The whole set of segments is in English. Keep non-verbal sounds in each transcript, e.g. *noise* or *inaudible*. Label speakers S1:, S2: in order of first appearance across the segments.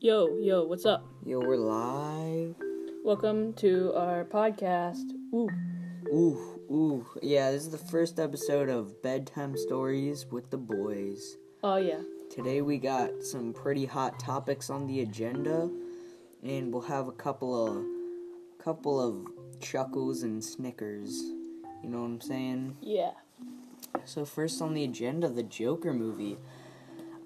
S1: Yo, yo, what's up?
S2: Yo, we're live.
S1: Welcome to our podcast. Ooh,
S2: Ooh, ooh. Yeah, this is the first episode of Bedtime Stories with the Boys.
S1: oh yeah,
S2: Today we got some pretty hot topics on the agenda, and we'll have a couple of couple of chuckles and snickers. You know what I'm saying?
S1: yeah.
S2: So first on the agenda, the Joker movie.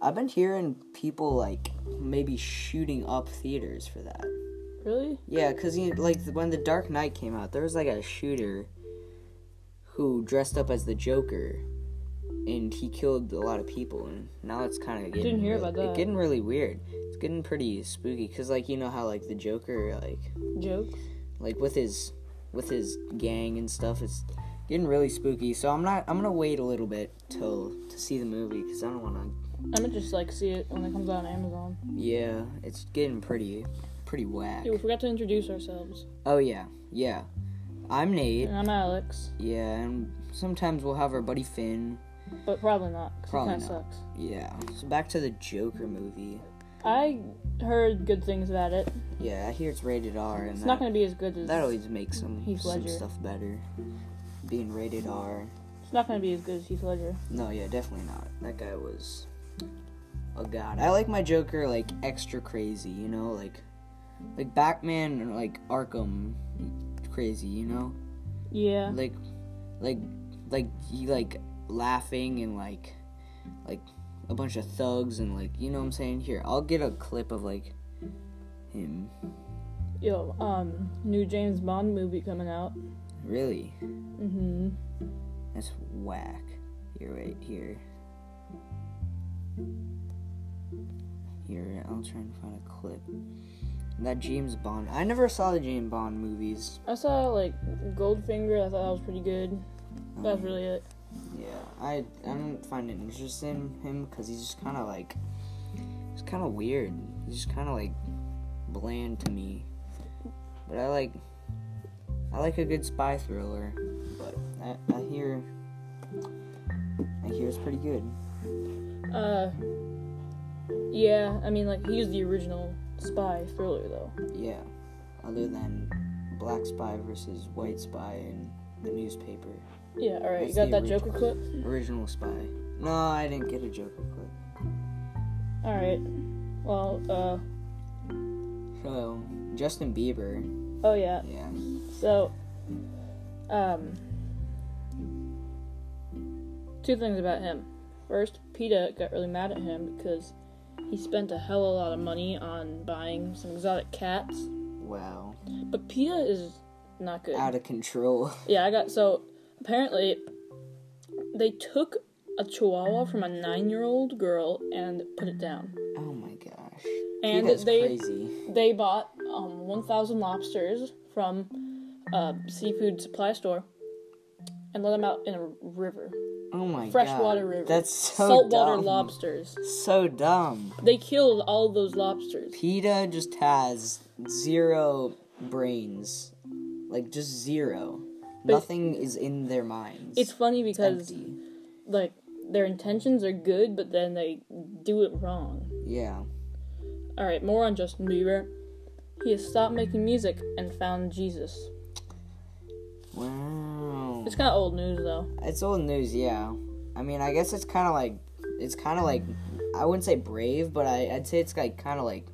S2: I've been hearing people like maybe shooting up theaters for that.
S1: Really?
S2: Yeah, cause you like when the Dark Knight came out, there was like a shooter who dressed up as the Joker, and he killed a lot of people. And now it's kind of getting
S1: Didn't hear
S2: really,
S1: about that.
S2: It's getting really weird. It's getting pretty spooky, cause like you know how like the Joker like
S1: Jokes?
S2: like with his with his gang and stuff, it's getting really spooky. So I'm not I'm gonna wait a little bit till to see the movie, cause I don't wanna.
S1: I'm gonna just like see it when it comes out on Amazon.
S2: Yeah, it's getting pretty pretty whack.
S1: Dude, we forgot to introduce ourselves.
S2: Oh yeah, yeah. I'm Nate.
S1: And I'm Alex,
S2: Yeah, and sometimes we'll have our buddy Finn.
S1: but probably not. 'cause
S2: Probably
S1: it kinda
S2: not.
S1: sucks.
S2: Yeah. So back to the Joker movie.
S1: I heard good things about it.
S2: Yeah, I hear it's rated R, and
S1: It's
S2: that,
S1: not gonna be as good as
S2: that always makes some
S1: Heath
S2: some
S1: Ledger.
S2: stuff better. Being rated R.
S1: it's not gonna be as good as Heath Ledger.
S2: No, yeah, definitely not. That guy was. Oh god, I like my Joker like extra crazy, you know, like, like Batman or like Arkham, crazy, you know.
S1: Yeah.
S2: like like like he like laughing and like like a bunch of thugs and like you know what I'm saying here I'll get a clip of like him
S1: Yo, um, new James Bond movie coming out.
S2: really
S1: Mm-hmm.
S2: that's whack here right here here I'll try and find a clip that James Bond I never saw the James Bond movies
S1: I saw like Goldfinger. I thought that was pretty good. That's
S2: Um,
S1: really it.
S2: Yeah, I I don't find it interesting him because he's just kind of like he's kind of weird. He's just kind of like bland to me. But I like I like a good spy thriller. But I, I hear I hear it's pretty good.
S1: Uh, yeah. I mean, like he was the original spy thriller, though.
S2: Yeah, other than Black Spy versus White Spy in the newspaper.
S1: Yeah. All right. You got
S2: That's the
S1: that Joker clip.
S2: Original Spy. No, I didn't get a Joker clip.
S1: All right. Well, uh,
S2: So Justin Bieber.
S1: oh yeah.
S2: Yeah.
S1: So, um, two things about him. First, PETA got really mad at him because he spent a hell of a lot of money on buying some exotic cats.
S2: Wow.
S1: But PETA is not good.
S2: Out of control. *laughs*
S1: Yeah, I got so apparently they took a chihuahua from a nine year old girl and put it down.
S2: Oh my gosh.
S1: And
S2: That's
S1: they
S2: crazy.
S1: they bought um, one thousand lobsters from a seafood supply store and let them out in a river,
S2: Oh my
S1: freshwater
S2: god.
S1: river.
S2: That's so
S1: saltwater
S2: dumb.
S1: lobsters.
S2: So dumb.
S1: They killed all those lobsters.
S2: PETA just has zero brains. Like just zero. Nothing is in their minds.
S1: It's funny because
S2: empty.
S1: like their intentions are good, but then they do it wrong.
S2: Yeah.
S1: All right, more on Justin Bieber. He has stopped making music and found Jesus.
S2: Wow.
S1: It's kind of old news though.
S2: It's old news, yeah. I mean, I guess it's kind of like it's kind of like I wouldn't say brave, but I, I'd say it's like kind of like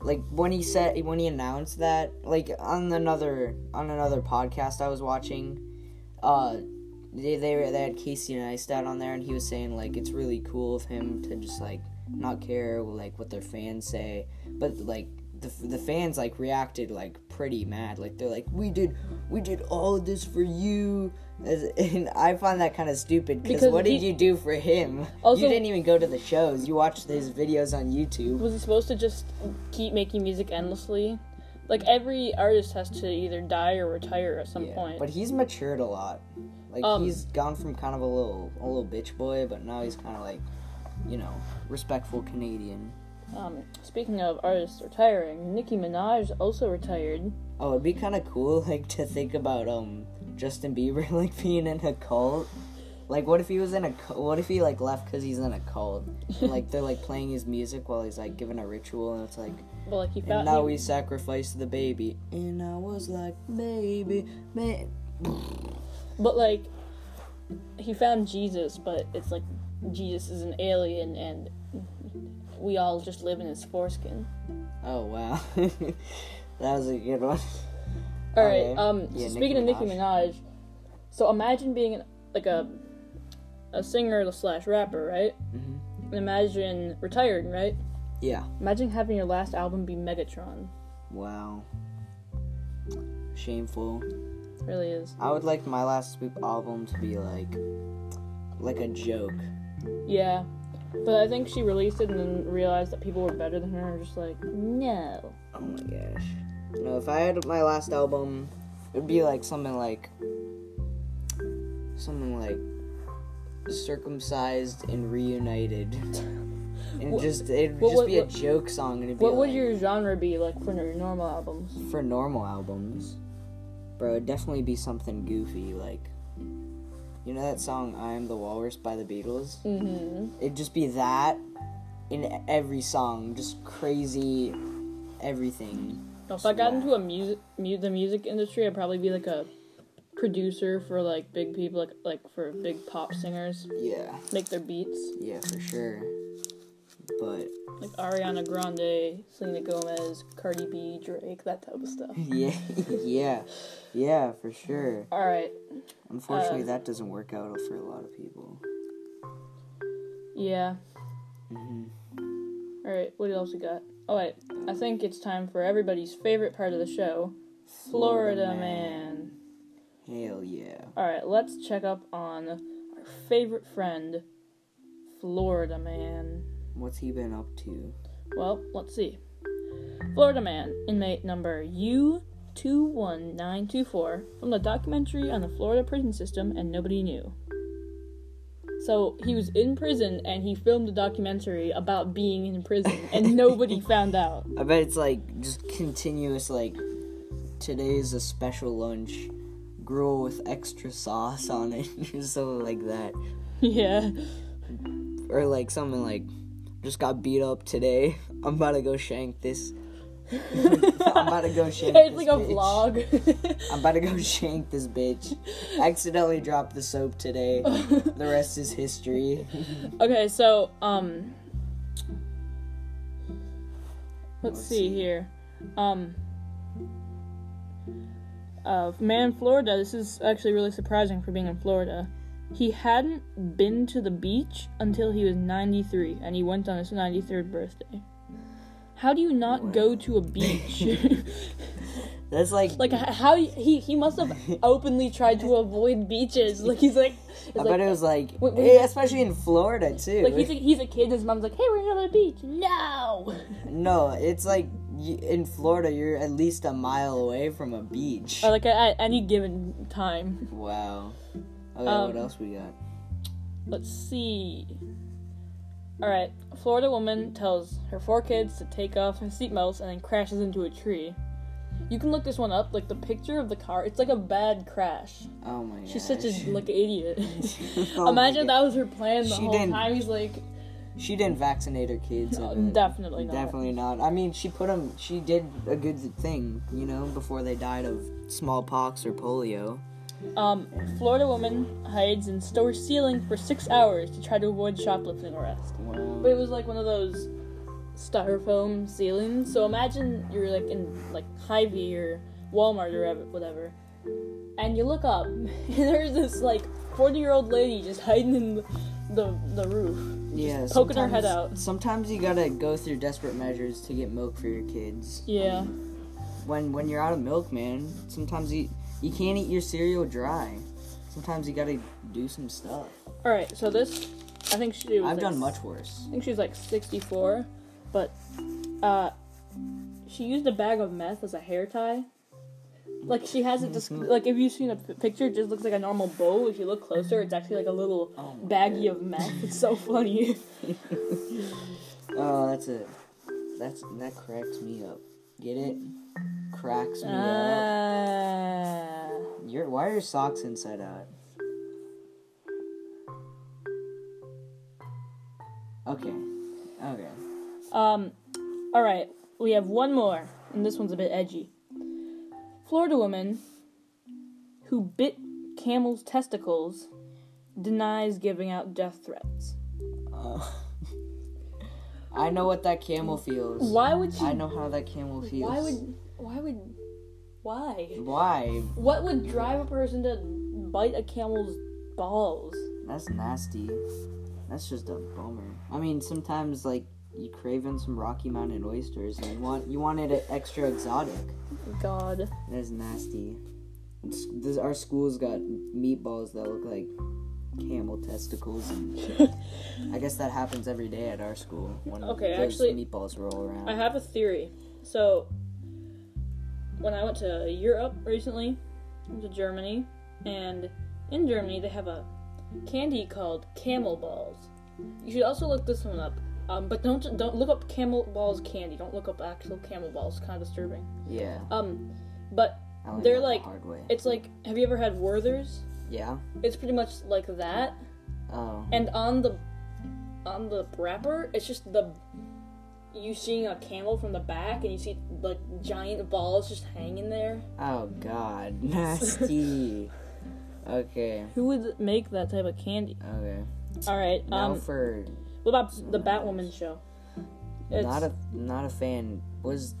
S2: like when he said when he announced that like on another on another podcast I was watching, uh, they they, were- they had Casey Neistat on there, and he was saying like it's really cool of him to just like not care like what their fans say, but like. The, the fans like reacted like pretty mad like they're like we did we did all of this for you As- *laughs* and i find that kind of stupid because
S1: Because
S2: what did
S1: he-
S2: you do for him
S1: Also-
S2: you didn't even go to the shows. You watched his videos on YouTube.
S1: Was he supposed to just keep making music endlessly? Like every artist has to either die or retire at some
S2: Yeah,
S1: point.
S2: But he's matured a lot. Like
S1: Um,
S2: he's gone from kind of a little a little bitch boy, but now he's kind of like, you know, respectful Canadian.
S1: Um, speaking of artists retiring, Nicki Minaj also retired.
S2: Oh, it'd *laughs* be kind of cool like to think about um Justin Bieber like being in a cult Like, what if he was in a? cu- What if he like left because he's in a cult? And, like they're like playing his music while he's like giving a ritual, and it's like,
S1: But like he
S2: and
S1: found
S2: now
S1: he-
S2: we sacrifice the baby. And I was like, baby, man.
S1: But like, he found Jesus, but it's like Jesus is an alien, and we all just live in his foreskin.
S2: Oh wow, *laughs* that was a good one.
S1: All right.
S2: Okay.
S1: Um.
S2: Yeah,
S1: so
S2: Nicki
S1: speaking of Nicki Minaj, so imagine being like a a singer slash rapper, right?
S2: Mhm.
S1: And imagine retiring, right?
S2: Yeah.
S1: Imagine having your last album be Megatron.
S2: Wow. Shameful.
S1: It really is.
S2: I would like my last sweep album to be like, like a joke.
S1: Yeah. But I think she released it and then realized that people were better than her and just like, no.
S2: Oh my gosh. No, if I had my last album, it would be like something like something like circumcised and reunited. *laughs* And
S1: What-
S2: just it'd
S1: what-
S2: just
S1: what-
S2: be
S1: what-
S2: a joke song and it'd be
S1: What would
S2: like,
S1: your genre be like for your normal albums?
S2: for normal albums. Bro, it'd definitely be something goofy like you know that song I Am the Walrus by the Beatles?
S1: Mm-hmm.
S2: It'd just be that in every song, just crazy everything.
S1: Now, if I got into a music, mu- the music industry, I'd probably be like a producer for like big people, like like for big pop singers,
S2: Yeah.
S1: make their beats,
S2: Yeah, for sure. But *laughs*
S1: like Ariana Grande, Selena Gomez, Cardi B, Drake, that type of stuff.
S2: yeah, yeah, yeah, for sure.
S1: All right,
S2: Unfortunately,
S1: Uh,
S2: that doesn't work out for a lot of people.
S1: yeah. Mm-hmm. All right, what else we got? Oh wait, I think it's time for everybody's favorite part of the show, Florida Man.
S2: Hell yeah.
S1: All right, let's check up on our favorite friend, Florida Man.
S2: What's he been up to?
S1: Well, let's see. Florida man, inmate number U21924 from the documentary on the Florida prison system and nobody knew. So he was in prison and he filmed a documentary about being in prison and nobody found out. *laughs*
S2: I bet it's like just continuous, like, today's a special lunch. Gruel with extra sauce on it, *laughs* or something like that.
S1: Yeah.
S2: Or like something like, just got beat up today. *laughs* I'm about to go shank this. *laughs* I'm about to go shank
S1: It's
S2: this
S1: like a
S2: bitch.
S1: vlog. *laughs*
S2: I'm about to go *laughs* shank this bitch. Accidentally dropped the
S1: *laughs*
S2: soap today. The rest is history.
S1: okay, so um Let's,
S2: Let's
S1: see,
S2: see.
S1: here. Um uh, man, Florida. This is actually really surprising for being in Florida. He hadn't been to the beach until he was 93, and he went on his 93rd birthday. How do you not go to a
S2: *laughs*
S1: beach? *laughs*
S2: That's like,
S1: like, h- how y- he he must have openly tried
S2: *laughs*
S1: to avoid beaches. Like he's like, it's
S2: I
S1: like-
S2: bet it was like,
S1: Wait, wait.
S2: eh, especially in Florida too.
S1: Like he's a, he's a kid. His mom's like, "Hey, we're going to the beach." No.
S2: no, it's like y- in Florida, you're at least a mile away from a beach.
S1: Or like at, at any given time.
S2: wow. Okay,
S1: Um,
S2: what else we got?
S1: Let's see. All right. A Florida woman tells her four kids to take off her seatbelts and then crashes into a tree. You can look this one up. Like the picture of the car, it's like a bad crash.
S2: Oh my god.
S1: She's such a like *laughs* idiot.
S2: *laughs* Oh my
S1: Imagine
S2: God.
S1: that was her plan the
S2: She
S1: whole
S2: didn't-
S1: time. He's like,
S2: She didn't vaccinate her kids.
S1: "Oh,
S2: and-
S1: definitely not.
S2: Definitely not. I mean, she put them. She did a good thing, you know, before they died of smallpox or polio.
S1: Um, Florida woman hides in store ceiling for six hours to try to avoid shoplifting arrest.
S2: Wow.
S1: But it was like one of those styrofoam ceilings. So imagine you're like in like Hy-Vee or Walmart or whatever- whatever, and you look up, *laughs* and there's this like 40 year old lady just hiding in the the, the roof.
S2: yeah,
S1: poking her head
S2: sometimes-
S1: out.
S2: Sometimes you gotta go through desperate measures to get milk for your kids.
S1: Yeah.
S2: When when you're out of milk, man, sometimes you you can't eat your cereal dry. Sometimes you gotta do some stuff.
S1: All right. So this, I think she. Was
S2: I've
S1: like,
S2: done much worse.
S1: I think she was like 64, but uh, she used a bag of meth as a hair tie. Like she has it just
S2: Mm-hmm.
S1: like if you've seen a p- picture, it just looks like a normal bow. If you look closer, it's actually like a little
S2: Oh my
S1: baggie of meth. It's
S2: *laughs*
S1: so funny.
S2: Oh, that's it. That's that cracks me up. Get it? Cracks me up.
S1: Ah.
S2: Your why are your socks inside out? Okay. Okay.
S1: Um, all right, we have one more, and this one's a bit edgy. Florida woman who bit camel's testicles denies giving out death threats.
S2: Uh, *laughs* I know what that camel feels.
S1: Why would she?
S2: I know how that camel feels.
S1: Why would? Why would? Why?
S2: Why?
S1: What would drive a person to bite a camel's balls?
S2: That's nasty. That's just a bummer. I mean, sometimes like you craving some Rocky Mountain oysters and you want you wanted it extra exotic.
S1: God.
S2: That's nasty. It's- this- our school's got meatballs that look like camel testicles. And
S1: *laughs*
S2: I guess that happens every day at our school. When
S1: Okay,
S2: those
S1: actually-
S2: meatballs roll around.
S1: I have a theory. So, when I went to Europe recently, I went to Germany, and in Germany they have a candy called Camel Balls. You should also look this one up, um, but don't don't look up Camel Balls candy. Don't look up actual Camel Balls. It's kind of disturbing.
S2: yeah.
S1: Um, but
S2: I learned
S1: they're
S2: that the
S1: like-
S2: hard way.
S1: it's like, have you ever had Werther's?
S2: yeah.
S1: It's pretty much like that, *laughs*
S2: Oh.
S1: and on the on the wrapper, it's just the you seeing a camel from the back, and you see like giant balls just hanging there.
S2: Oh
S1: *laughs*
S2: God. Nasty. okay.
S1: Who would make that type of candy?
S2: Okay.
S1: All right.
S2: Now
S1: Um.
S2: for
S1: What about the Batwoman show? It's
S2: not a not a fan was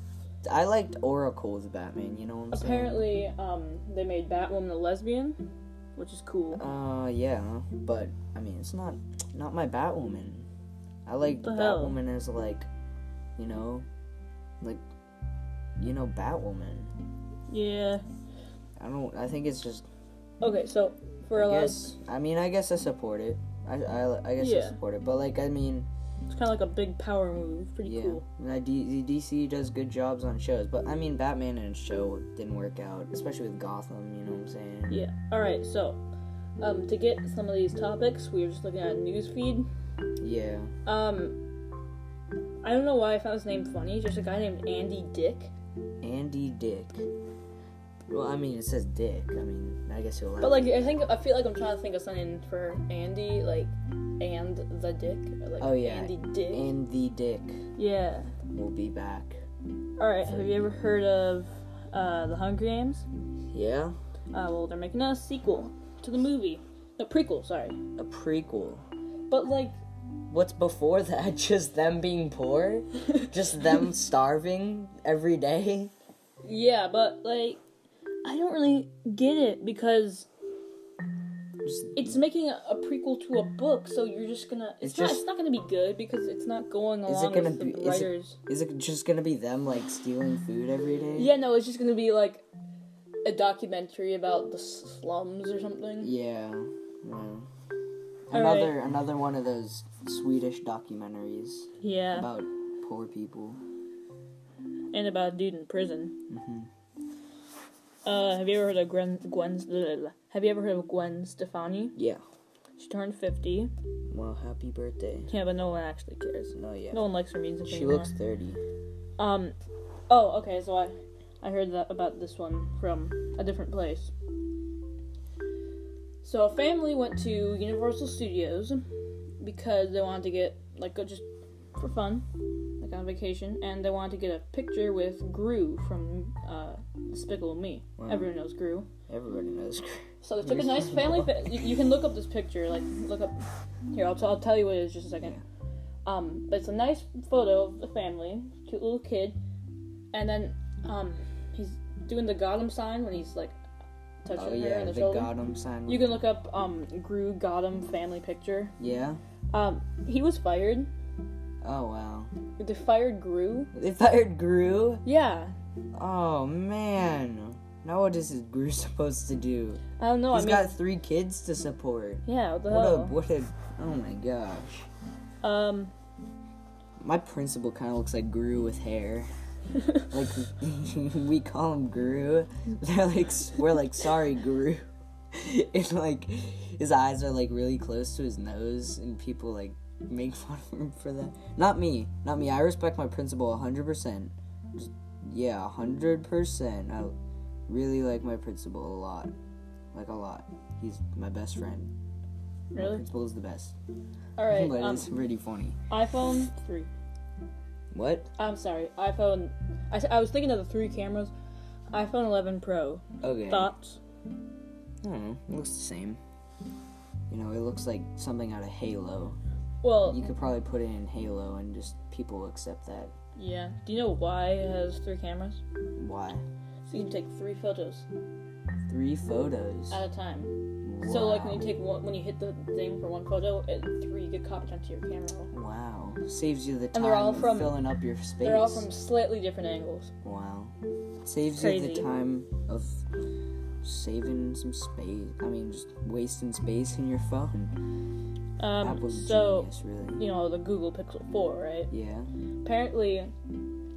S2: I liked Oracle's Batman. You know what I'm
S1: apparently um they made Batwoman a lesbian, which is cool.
S2: saying? Uh, yeah. But I mean, it's not not my Batwoman. I like
S1: The hell?
S2: Batwoman as like, you know, like, you know, Batwoman.
S1: Yeah.
S2: I don't. I think it's just.
S1: Okay. So for a
S2: I
S1: lot,
S2: guess. I mean, I guess I support it. I I, I guess I
S1: Yeah.
S2: support it. But like, I mean,
S1: it's kind of like a big power move. Pretty
S2: yeah.
S1: cool.
S2: Now, D- DC does good jobs on shows, but I mean, Batman and his show didn't work out, especially with Gotham. You know what I'm saying?
S1: Yeah. All right. So, um, to get some of these topics, we were just looking at a news feed.
S2: Yeah.
S1: Um, I don't know why I found his name funny. Just a guy named Andy Dick.
S2: Andy Dick. Well, I mean, it says Dick. I mean, I guess you'll.
S1: But like, I think I feel like I'm trying to think of something for Andy, like, and the Dick, or like
S2: Oh, yeah.
S1: Andy Dick.
S2: Andy Dick
S1: yeah.
S2: will be back.
S1: All right. Have you ever heard of uh, the Hunger Games?
S2: Yeah.
S1: Uh, well, they're making a sequel to the movie, a prequel. Sorry.
S2: A prequel.
S1: But like,
S2: What's before that? *laughs* Just them being poor?
S1: *laughs*
S2: Just them starving every day?
S1: yeah, but like, I don't really get it because
S2: Just-
S1: it's making a, a prequel to a book, so you're just gonna. It's,
S2: It's
S1: not.
S2: just-
S1: it's not gonna be good because it's not going along
S2: gonna
S1: with
S2: be-
S1: the
S2: is it-
S1: writers.
S2: Is it just gonna be them like stealing food every day?
S1: Yeah, no, it's just gonna be like a documentary about the slums or something.
S2: Yeah. yeah.
S1: right.
S2: Another another one of those Swedish documentaries
S1: Yeah,
S2: about poor people.
S1: and about a dude in prison.
S2: Mm-hmm.
S1: Uh, have you ever heard of Gwen? Gwen's. blah, blah, blah. Have you ever heard of Gwen Stefani?
S2: Yeah.
S1: She turned fifty.
S2: Well, happy birthday.
S1: Yeah, but no one actually cares.
S2: No, yeah.
S1: No one likes her music.
S2: She
S1: anymore.
S2: looks 30.
S1: Um, oh, okay. So I, I heard that about this one from a different place. So a family went to Universal Studios because they wanted to get like go just for fun, like on vacation, and they wanted to get a picture with Gru from uh, Despicable Me.
S2: Wow.
S1: Everyone knows Gru.
S2: Everybody knows.
S1: So they took a nice family. Fa- you, you can look up this picture. Like look up here. I'll, t- I'll tell you what it is just a second. Um, but it's a nice photo of the family, cute little kid, and then um, he's doing the Gotham sign when he's like touching
S2: Oh
S1: her
S2: yeah,
S1: in
S2: the
S1: the, shoulder.
S2: Gotham sign.
S1: you can look up um Gru Gotham family picture.
S2: Yeah.
S1: Um, he was fired.
S2: Oh wow.
S1: They fired Gru.
S2: They fired Gru.
S1: Yeah,
S2: Oh man. Now what is Gru *laughs* supposed to do?
S1: I don't know.
S2: He's
S1: I mean,
S2: got three kids to support.
S1: yeah, what the
S2: What a
S1: hell?
S2: what a. Oh my gosh.
S1: um,
S2: My principal kind of looks like Gru with
S1: *laughs*
S2: hair. Like *laughs* we call him Gru. *laughs* They're like we're like sorry Gru. *laughs* And like his eyes are like really close to his nose, and people like make *laughs* fun of him for that. Not me, not me. I respect my principal hundred percent. Yeah, hundred percent. I really like my principal a lot, like a lot. He's my best friend.
S1: Really?
S2: Principal is the best.
S1: All right.
S2: but
S1: Um,
S2: it's pretty funny.
S1: iPhone three.
S2: What?
S1: I'm sorry. iPhone. I, s- I was thinking of the three cameras. iPhone 11 Pro.
S2: Okay.
S1: Thoughts?
S2: I don't know. It looks the same. You know, it looks like something out of Halo. You
S1: Well,
S2: could probably put it in Halo and just people will accept that.
S1: yeah. Do you know why it has three cameras?
S2: Why?
S1: So you can take three photos
S2: Three photos.
S1: at a time.
S2: wow.
S1: Uh, So like when you take one, when you hit the thing for one photo, it, three get copied onto your camera. roll.
S2: Wow. Saves you the time
S1: And they're all
S2: of
S1: from-
S2: filling up your space.
S1: They're all from slightly different angles.
S2: Wow. Saves you
S1: Crazy.
S2: the time of saving some space. I mean, just wasting space in your phone.
S1: Um,
S2: Apple's
S1: so
S2: genius, really.
S1: you know the Google Pixel 4, right?
S2: Yeah.
S1: Apparently,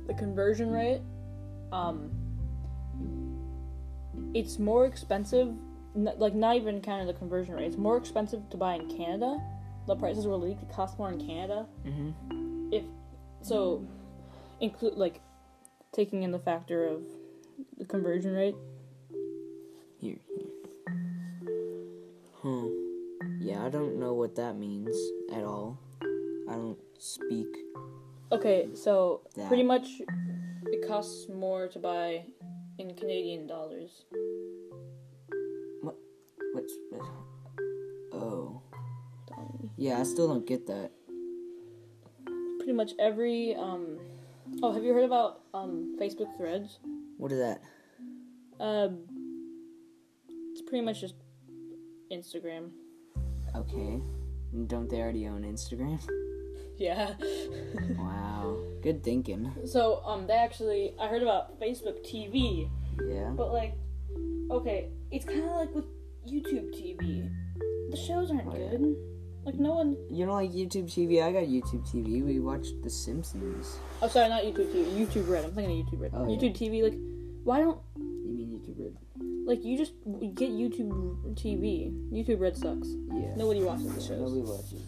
S1: the conversion rate, um, it's more expensive. N- like not even counting the conversion rate, it's more expensive to buy in Canada. The prices were leaked. It costs more in Canada.
S2: Mhm.
S1: If so, include like taking in the factor of the conversion rate.
S2: Here, here. Huh. Yeah, I don't know what that means at all. I don't speak.
S1: Okay, so
S2: That.
S1: pretty much it costs more to buy in Canadian dollars.
S2: What? What's. Oh.
S1: Dollar.
S2: Yeah, I still don't get that.
S1: Pretty much every um oh, have you heard about um Facebook Threads?
S2: What is that?
S1: Um it's pretty much just Instagram. *laughs*
S2: Okay. Don't they already own Instagram? *laughs*
S1: Yeah.
S2: wow. Good thinking.
S1: So um they actually I heard about Facebook TV,
S2: Yeah.
S1: but like okay, it's kind of like with YouTube TV. The shows aren't
S2: Oh, yeah.
S1: good. Like no one
S2: You don't like YouTube TV? I got YouTube TV. We watched The Simpsons.
S1: Oh, sorry, not YouTube TV. YouTube Red. I'm thinking of YouTube Red.
S2: Oh, yeah.
S1: YouTube TV, like, why don't
S2: You mean YouTube Red?
S1: like you just w- get YouTube TV? YouTube Red sucks.
S2: Yeah.
S1: Nobody watches the shows.
S2: Nobody watches.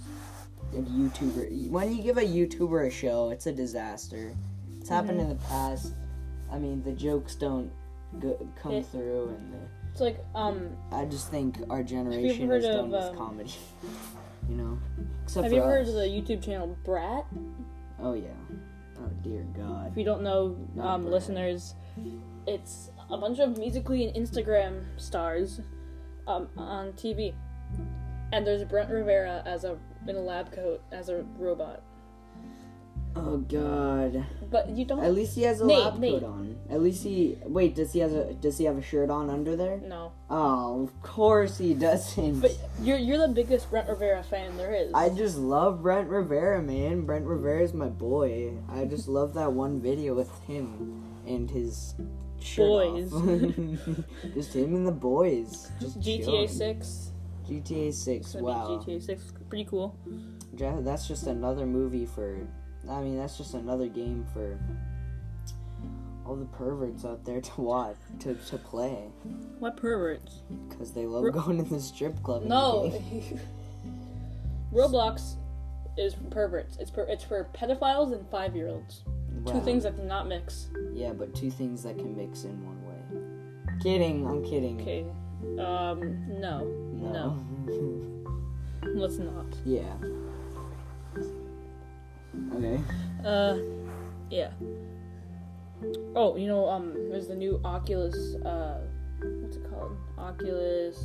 S2: And YouTuber. When you give a YouTuber a show, it's a disaster. It's happened
S1: Mm-hmm.
S2: in the past. I mean, the jokes don't go, come
S1: Yeah.
S2: through, and the,
S1: It's like um,
S2: I just think our generation
S1: heard
S2: is done
S1: of,
S2: with
S1: um,
S2: comedy. *laughs* you know, except
S1: have
S2: for
S1: you ever heard
S2: us.
S1: of the YouTube channel Brat?
S2: Oh yeah. Oh dear God.
S1: If you don't know,
S2: Not
S1: um,
S2: Brat.
S1: listeners, it's a bunch of musically and Instagram stars, um, on TV, and there's Brent Rivera as a in a lab coat as a robot.
S2: Oh God.
S1: But you don't.
S2: At least he has a
S1: Nate,
S2: lab coat
S1: Nate.
S2: on. At least he. Wait, does he has a does he have a shirt on under there?
S1: No,
S2: Oh, of course he doesn't.
S1: but you're you're the biggest Brent Rivera fan there is.
S2: I just love Brent Rivera, man. Brent Rivera is my boy. I just love that one video with him and his shirt
S1: Boys.
S2: off. *laughs* just him and the boys. Just
S1: GTA
S2: chilling.
S1: Six.
S2: GTA Six.
S1: So
S2: Wow,
S1: GTA 6, pretty cool.
S2: Ja- that's just another movie for. I mean, that's just another game for all the perverts out there to watch to to play
S1: What perverts?
S2: because they love
S1: Ro-
S2: going to the strip club. and *laughs*
S1: No.
S2: getting-
S1: Roblox is for perverts. It's for it's for pedophiles and five year olds. Two
S2: Wow.
S1: things that do not mix.
S2: Yeah, but two things that can mix in one way. Kidding, I'm kidding.
S1: Okay. Um. No. No. Let's not.
S2: *laughs* yeah. Okay.
S1: Uh. Yeah. Oh, you know, um, there's the new Oculus. Uh, what's it called? Oculus.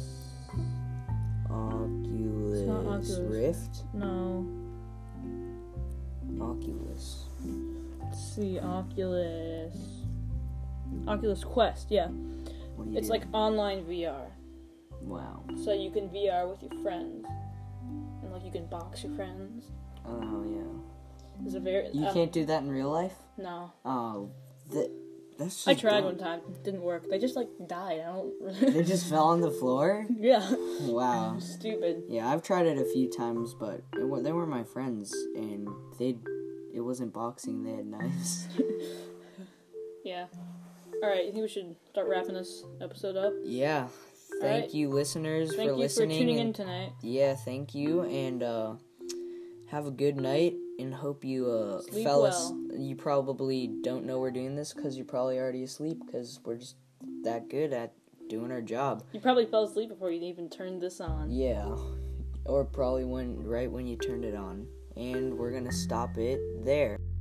S2: Oculus,
S1: Oculus.
S2: Rift.
S1: No.
S2: Oculus.
S1: Let's see. Oculus. Oculus Quest. Yeah.
S2: What do you
S1: It's
S2: do?
S1: like online VR.
S2: wow.
S1: So you can VR with your friends, and like you can box your friends.
S2: Oh yeah.
S1: It's a very
S2: You
S1: uh,
S2: can't do that in real life.
S1: no.
S2: Oh, th- that's. Just
S1: I tried
S2: dumb.
S1: one time, didn't work. They just like died. I
S2: They
S1: don't. *laughs*
S2: just fell on the floor.
S1: yeah,
S2: Wow.
S1: stupid.
S2: Yeah, I've tried it a few times, but it, wa- they were my friends, and they, it wasn't boxing. They had knives. *laughs*
S1: Yeah. All right, I think we should start wrapping this episode up.
S2: Yeah. Thank
S1: Alright.
S2: you, listeners,
S1: Thank
S2: for
S1: you for
S2: listening.
S1: tuning
S2: and-
S1: in tonight.
S2: Yeah, thank you, and uh, have a good night. And hope you uh,
S1: Sleep
S2: fell
S1: well.
S2: as- You probably don't know we're doing this because you're probably already asleep because we're just that good at doing our job.
S1: You probably fell asleep before you even turned this on.
S2: Yeah. or probably when right when you turned it on. And we're gonna stop it there.